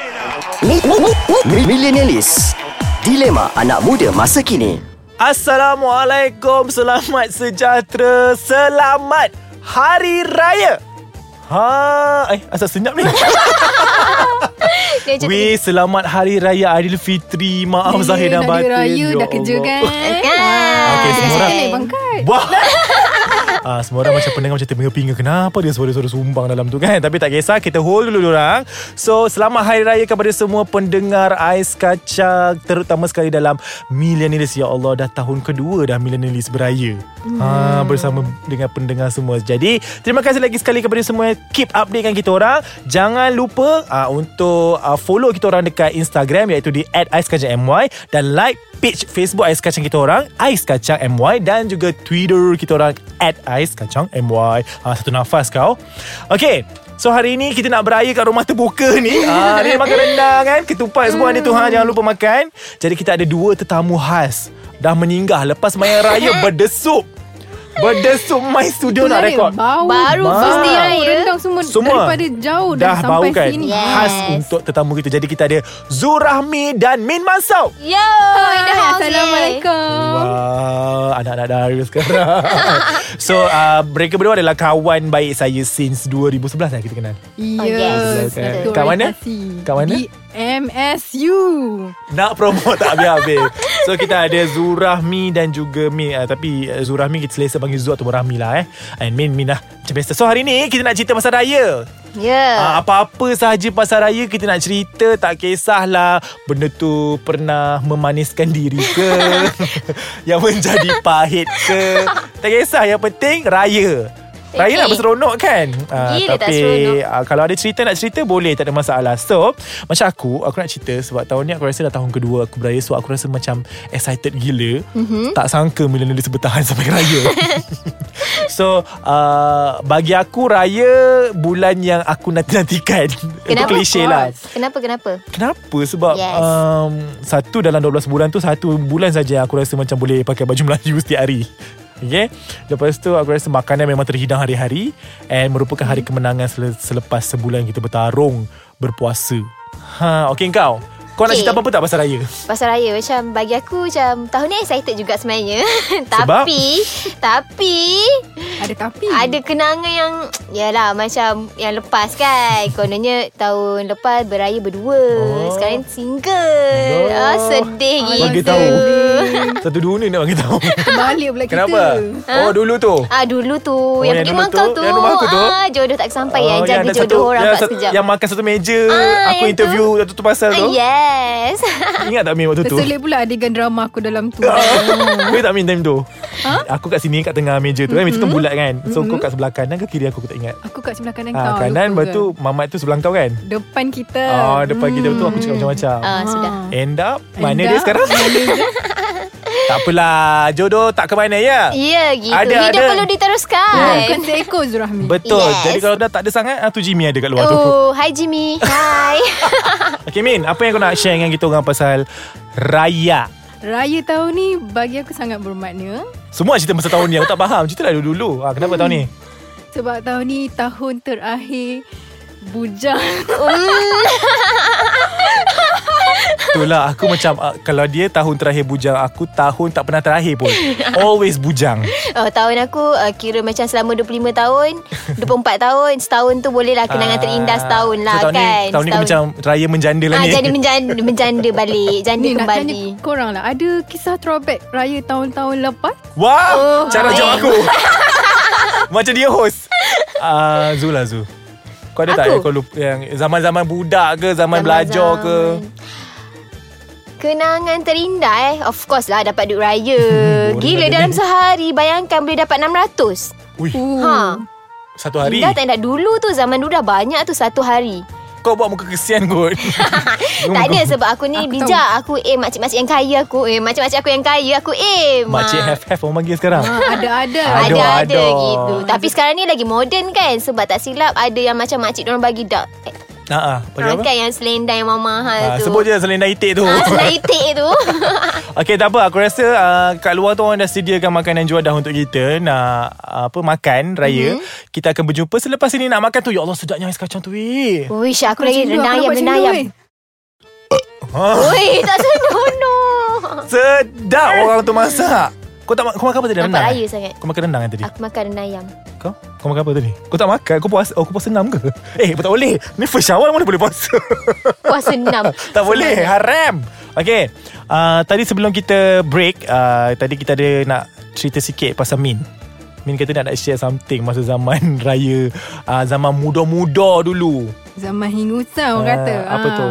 Mi- mi- mi- mi- Millenialis Dilema anak muda masa kini Assalamualaikum, selamat sejahtera, selamat Hari Raya. Ha, eh asal senyap ni. Dia macam Weh, selamat Hari Raya Aidilfitri. Maaf Yelah, Zahir dan dah batin. diraya, Ya dah kerja Allah. kan Okey, semua orang. Naik bangkat Wah. ah, semua orang macam pendengar macam terpinga-pinga Kenapa dia suara-suara sumbang dalam tu kan Tapi tak kisah Kita hold dulu orang. So selamat Hari Raya kepada semua pendengar Ais Kacang Terutama sekali dalam Millenialis Ya Allah dah tahun kedua dah Millenialis beraya hmm. ah, Bersama dengan pendengar semua Jadi terima kasih lagi sekali kepada semua Keep updatekan kita orang Jangan lupa ah, untuk ah, follow kita orang dekat Instagram Iaitu di @aiskacangmy Dan like page Facebook Ais Kacang kita orang Ais Kacang MY dan juga Twitter kita orang at Ais Kacang MY ha, satu nafas kau Okay So hari ni kita nak beraya kat rumah terbuka ni ha, Dia makan rendang kan Ketupat semua ada tu ha, Jangan lupa makan Jadi kita ada dua tetamu khas Dah meninggal Lepas main raya berdesup Berdesup my studio nak Raya rekod Bau Baru ya? Bau. first day Bau, raya Rendang semua, Semua. Kan Daripada jauh Dah, Dah bau sampai kan sini Yes. Khas untuk tetamu kita Jadi kita ada Zurahmi dan Min Mansau Yo in the house Assalamualaikum Wah, anak-anak dara sekarang. so, uh, mereka berdua adalah kawan baik saya since 2011 lah kita kenal. Ya Oh, Betul. yes. satu Kat mana? orientasi. Kat mana? Di MSU Nak promote tak habis-habis. so, kita ada Zurahmi dan juga Min. Uh, tapi uh, Zurahmi kita selesa panggil Zu atau Rahmi lah eh. And Min, Min lah. Macam biasa. So, hari ni kita nak cerita pasal raya. Ya Uh, apa-apa sahaja pasal raya kita nak cerita tak kisahlah benda tu pernah memaniskan diri ke yang menjadi pahit ke tak kisah yang penting raya Raya Okey. nak berseronok kan Ah, Gila tak Tapi seronok. ah, Kalau ada cerita nak cerita Boleh tak ada masalah So Macam aku Aku nak cerita Sebab tahun ni aku rasa Dah tahun kedua aku beraya So aku rasa macam Excited gila Mhm. mm-hmm. Tak sangka Millennialist bertahan sampai raya So uh, Bagi aku Raya Bulan yang aku nanti-nantikan Itu Kenapa? klise lah Kenapa kenapa Kenapa? Sebab yes. Yes. um, Satu dalam 12 bulan tu Satu bulan saja Aku rasa macam boleh Pakai baju Melayu setiap hari Okay Lepas tu aku rasa Makanan memang terhidang hari-hari And merupakan hari Hmm. kemenangan sele- Selepas sebulan kita bertarung Berpuasa ha, Okay kau Kau okay. nak Okey. cerita apa-apa tak pasal raya? Pasal raya macam bagi aku macam tahun ni excited juga sebenarnya. Sebab? tapi tapi Ada tapi ada kenangan yang yalah macam yang lepas kan. Kononnya tahun lepas beraya berdua. Oh. Oh. Sekarang single. Aduh. Ah sedih Bagi gitu. Bagi tahu Satu dunia nak bagi tahu Terbalik pula kita Kenapa? Oh dulu tu Ah dulu tu Oh, oh, yang, yang dulu tu, pergi rumah kau tu. yang rumah aku tu. Ah jodoh tak sampai Oh, yang jaga ada jodoh satu- orang yang kat satu- sekejap. Yang makan satu meja Ah, Aku yang interview Waktu tu pasal Ah, tu yes. Ingat tak Min waktu tu Terselit pula adegan drama aku dalam tu Boleh tak Min time tu Aku kat sini Kat tengah meja tu kan Meja Mm-hmm. tu bulat kan So kau kat sebelah kanan ke kiri aku Aku tak ingat Aku kat sebelah kanan Ah, kau Kanan lupa Lepas tu Mamat tu sebelah kau kan ke? Depan kita Ah, Depan kita tu Aku cakap macam-macam Ah sudah. End up Mana End dia up, sekarang Tak apalah Jodoh tak ke mana ya Ya gitu. Ada, Hidup ada. perlu diteruskan. Ah, Bukan seekor Zurahmi Betul Yes. Jadi kalau dah tak ada sangat ah, Tu Jimmy ada kat luar tu Oh, hi Jimmy. Hi. Okay Min Apa yang kau nak share dengan kita orang Pasal Raya Raya tahun ni bagi aku sangat bermakna Semua cerita masa tahun ni Aku tak faham Cerita dah dulu-dulu ah, Kenapa tahun ni sebab tahun ni tahun terakhir bujang. Itulah aku macam uh, Kalau dia tahun terakhir bujang Aku tahun tak pernah terakhir pun Always bujang Oh, tahun aku uh, kira macam selama 25 tahun, 24 tahun, setahun tu bolehlah Ah, kenangan terindah setahun lah so, tahun kan. ni, Tahun ni aku macam Raya menjanda lah ah, ni jadi menjanda, menjanda balik, janda Ni nak kembali. tanya korang lah Ada kisah throwback Raya tahun-tahun lepas Wah Oh, Cara baik. jawab aku Macam dia host uh, Zul lah Zul Kau ada tak Aku? yang, kau lupa, yang Zaman-zaman budak ke Zaman, belajar ke Kenangan terindah eh Of course lah Dapat duit raya Boring Gila kali dalam ni. sehari Bayangkan boleh dapat 600 Ui, Ooh. Ha Satu hari Indah tak indah Dulu tu zaman dulu dah banyak tu Satu hari Kau buat muka kesian kot Tak ada sebab aku ni Aku bijak Aku aim makcik-makcik yang kaya aku aim Makcik-makcik aku yang kaya Aku aim Makcik Ah. have-have Orang panggil sekarang ha, Ada-ada Aduh, ada-ada aduh. gitu Tapi sekarang ni lagi moden kan Sebab tak silap Ada yang macam makcik Diorang bagi dak Ha-ha ha, Kan yang selendang Yang Ah, mahal-mahal tu sebut je selendang itik tu ha, Selendang itik tu Okey tak apa aku rasa uh, kat luar tu orang dah sediakan makanan juadah untuk kita nak uh, apa makan Mhm. raya. Mm-hmm. Kita akan berjumpa selepas ini nak makan tu. Ya Allah sedapnya ais kacang tu weh. Wish aku lagi rendang ayam Rendang ayam Ha. Oi, tak senonoh. Sedap orang tu masak. Kau tak ma- kau makan apa tadi? Nampak Rendang. raya eh? sangat. Kau makan rendang kan tadi? Aku makan rendang ayam. Kau? Kau makan apa tadi? Kau tak makan? Kau puasa? Oh, kau puasa enam ke? Eh, tak boleh. Ni first Syawal mana boleh puasa? Puasa enam. tak boleh. Haram. Okay. Uh, tadi sebelum kita break, uh, tadi kita ada nak cerita sikit pasal Min. Min kata nak, nak share something masa zaman raya. Uh, zaman muda-muda dulu. Zaman hingusan orang Ah, kata. apa Ah. tu?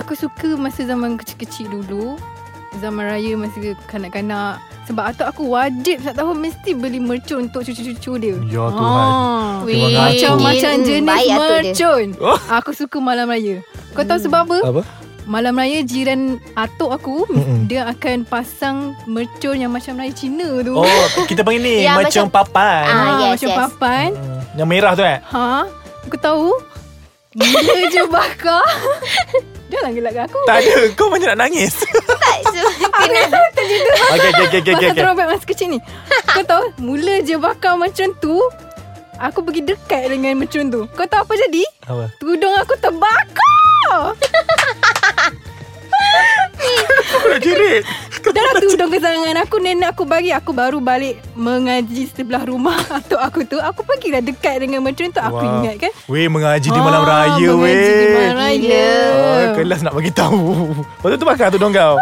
Aku suka masa zaman kecil-kecil dulu. Zaman raya masa kanak-kanak. Sebab atuk aku wajib setiap tahun mesti beli mercun untuk cucu-cucu dia. Ya, Tuhan. Ah. Weh, Terima kasih. Macam-macam Gila, jenis hmm, baik atuk dia. mercun. Oh. Aku suka malam raya. Kau tahu sebab apa? Apa? Malam raya jiran atuk aku Mm-mm. dia akan pasang mercun yang macam raya Cina tu. Oh, kita panggil ni Ya, macam, macam- papan. Ah, yes, macam yes. papan. Yang merah tu eh? Ha? Aku tahu. Bila je bakar. Dia lah gelak aku. Tak ada. Kau macam nak nangis. Tak kena. okay, okay, okay, okay, Masa okay. throwback masa kecil ni. Kau tahu, mula je bakar macam tu, aku pergi dekat dengan macam tu. Kau tahu apa jadi? Apa? Tudung aku terbakar. Aku nak jerit. Dalam tudung lah kesayangan aku, nenek aku bagi. Aku baru balik mengaji sebelah rumah atuk aku tu. Aku pergilah dekat dengan macam tu. Aku Wah. ingat kan. Weh mengaji di malam Ah, raya weh. Mengaji di malam raya. Ah, kelas nak bagi tahu. Lepas tu, tu bakar tu dong kau.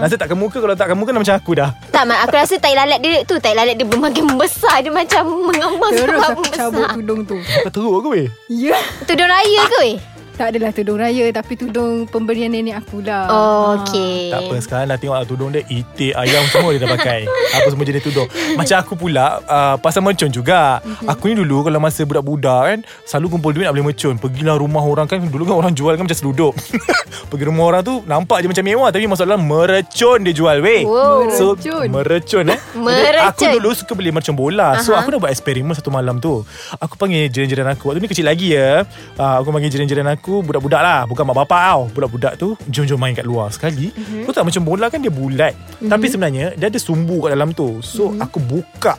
Nasib tak ke muka kalau tak ke muka dah macam aku dah. Tak, Mat, aku rasa tai lalat dia tu, tai lalat dia makin besar. Dia macam mengembang Terus sebab aku cabut besar. tudung tu. Kau teruk aku weh. Ya. Yeah. Tudung raya ke weh? Tak adalah tudung raya tapi tudung pemberian nenek aku lah. Oh, Tak apa okey. sekarang dah tengok lah tudung dia itik ayam semua dia dah pakai. Apa semua jenis tudung. Macam aku pula uh, pasal mercun juga. Aku ni dulu kalau masa budak-budak kan selalu kumpul duit nak beli mercun. Pergilah rumah orang kan dulu kan orang jual kan macam seludup. Pergi rumah orang tu nampak je macam mewah tapi masalah mercun dia jual weh. Wow. So Mercun. mercun eh. Mercun. Jadi, Aku dulu suka beli mercun bola. So aku dah buat eksperimen satu malam tu. Aku panggil jiran-jiran aku. Waktu ni kecil lagi ya. Uh, aku panggil jiran-jiran aku budak-budak lah, bukan mak bapak tau. Budak-budak tu jom-jom main kat luar sekali. Kau tak macam bola kan dia bulat. Tapi sebenarnya dia ada sumbu kat dalam tu. So aku buka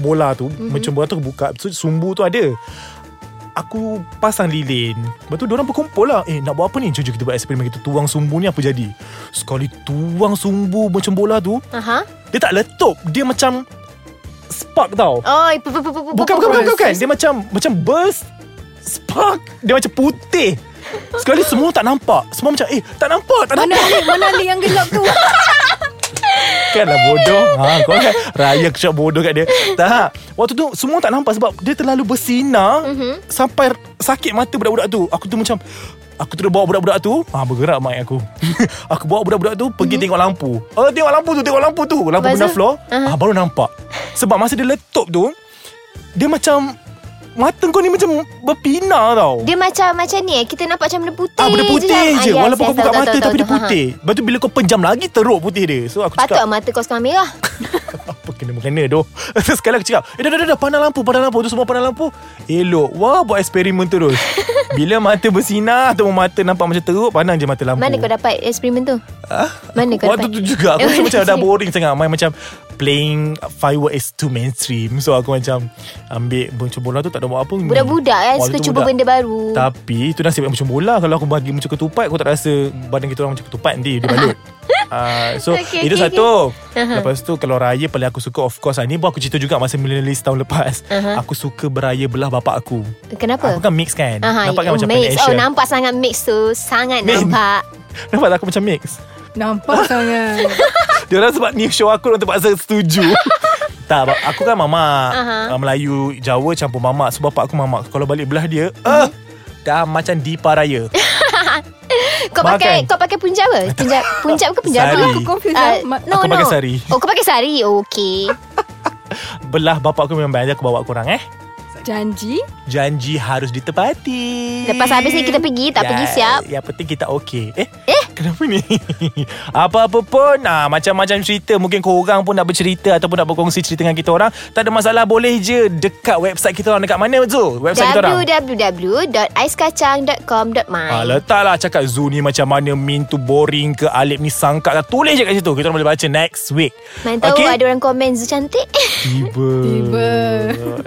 bola tu, mercun bola tu aku buka. So sumbu tu ada. Aku pasang lilin Lepas tu diorang berkumpul lah Eh nak buat apa ni Jom jom kita buat eksperimen Kita tuang sumbu ni apa jadi Sekali tuang sumbu macam bola tu Aha. dia tak letup Dia macam Spark tau Oh, pu- pu- pu- pu- pu- Bukan bukan pu- bukan, pu- bukan. Dia macam Macam burst Spark Dia macam putih Sekali semua tak nampak Semua macam Eh tak nampak Tak Mana nampak Ali, mana Ali yang gelap tu? Kan lah bodoh ha, Kau kan Raya kesyap bodoh kat dia Tak Waktu tu Semua tak nampak Sebab dia terlalu bersinar Mhm. mm-hmm. Sampai Sakit mata budak-budak tu Aku tu macam Aku terus bawa budak-budak tu ha, Bergerak mic aku Aku bawa budak-budak tu Pergi mm-hmm. tengok lampu Oh tengok lampu tu Tengok lampu tu Lampu Mhm. Lepas benda tu? floor uh-huh. ha, Baru nampak Sebab masa dia letup tu Dia macam Mata kau ni macam Berpinar tau Dia macam macam ni eh. Kita nampak macam benda putih. Ah, benda putih Ah, je yes, Walaupun yes, kau buka tahu, mata Tapi tahu, tahu, dia tahu. Ha, putih Lepas tu bila kau penjam lagi Teruk putih dia So ha. aku Patut cakap lah mata kau sekarang merah. apa kena mengena doh. Terus sekarang aku cakap, eh dah dah dah, dah pandang lampu, pandang lampu tu semua pandang lampu. Elok. Wah, buat eksperimen terus. Bila mata bersinar atau mata nampak macam teruk, pandang je mata lampu. Mana kau dapat eksperimen tu? Ah? Mana kau Waktu tu dapat? juga aku Eh, rasa mana macam dah sih? boring sangat main macam playing firework is too mainstream. So aku macam ambil buncung bola tu tak ada buat apa. Budak-budak kan Waktu suka tu cuba budak. benda baru. Tapi itu nasib baik macam bola Kalau aku bagi macam ketupat Aku tak rasa badan kita orang macam ketupat nanti Dia balut Uh, so okay, Okay, itu okay, Uh-huh. satu okay. Lepas tu kalau raya paling aku suka Of course lah Ni pun aku cerita juga masa millennialist tahun lepas uh-huh. Aku suka beraya belah bapak aku Aku Kenapa? kan mix kan Aha, Nampak kan oh, macam mix. Pan Oh, Asian nampak sangat mix tu. Sangat Mix. nampak. Nampak tak aku macam mix Nampak sangat. Dia orang sebab ni show aku Orang terpaksa setuju Tak bab- Aku kan mamak Aha. uh, Melayu Jawa campur mamak Sebab bapak aku mamak Kalau balik belah dia uh, Hmm. Dah macam dipa raya Kau pakai Makan. kau pakai punjab ke? Punjab punjab ke punjab? Sari. Aku confuse Ah, lah. Ma- No, aku no. pakai sari. Oh, kau pakai sari. Okey. Belah bapak aku memang banyak Aku bawa korang eh Janji Janji harus ditepati Ya, Lepas habis ni kita pergi, tak pergi siap. Yang penting kita okey Eh? Eh? Kenapa ni? Apa-apa pun ah, Macam-macam cerita Mungkin korang pun nak bercerita Ataupun nak berkongsi cerita dengan kita orang Tak ada masalah Boleh je Dekat website kita orang Dekat mana Zul? Website kita orang www.aiskacang.com.my Ah, letaklah cakap Zul ni macam mana Min tu boring ke Alip ni sangka lah. Tulis je kat situ Kita orang boleh baca next week Mana tahu ada orang komen Zu cantik Tiba Tiba.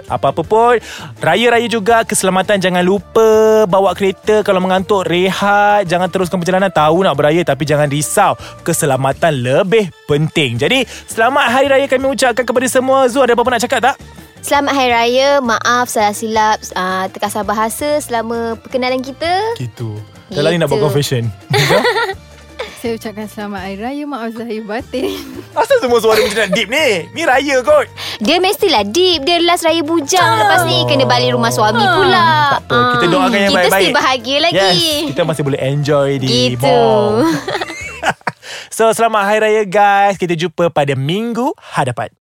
Apa-apa pun Raya-raya juga keselamatan jangan lupa bawa kereta kalau mengantuk rehat, jangan teruskan perjalanan tahu nak beraya tapi jangan risau. Keselamatan lebih penting. Jadi, selamat hari raya kami ucapkan kepada semua. Zu ada apa-apa nak cakap tak? Selamat Hari Raya. Maaf salah silap uh, terkasar bahasa selama perkenalan kita. Gitu. Dalam ni nak buat Gitu. confession. Saya ucapkan selamat Hari Raya. Maaf Zahir batin. Asal semua suara macam nak deep ni? Ni raya kot. Dia mestilah deep. Dia last Raya bujang. Lepas ni kena balik rumah suami pula. Tak apa, kita Ah, doakan yang baik-baik. Kita still bahagia lagi. Yes, kita masih boleh enjoy di Gitu. mall. so, selamat Hari Raya guys. Kita jumpa pada minggu hadapan.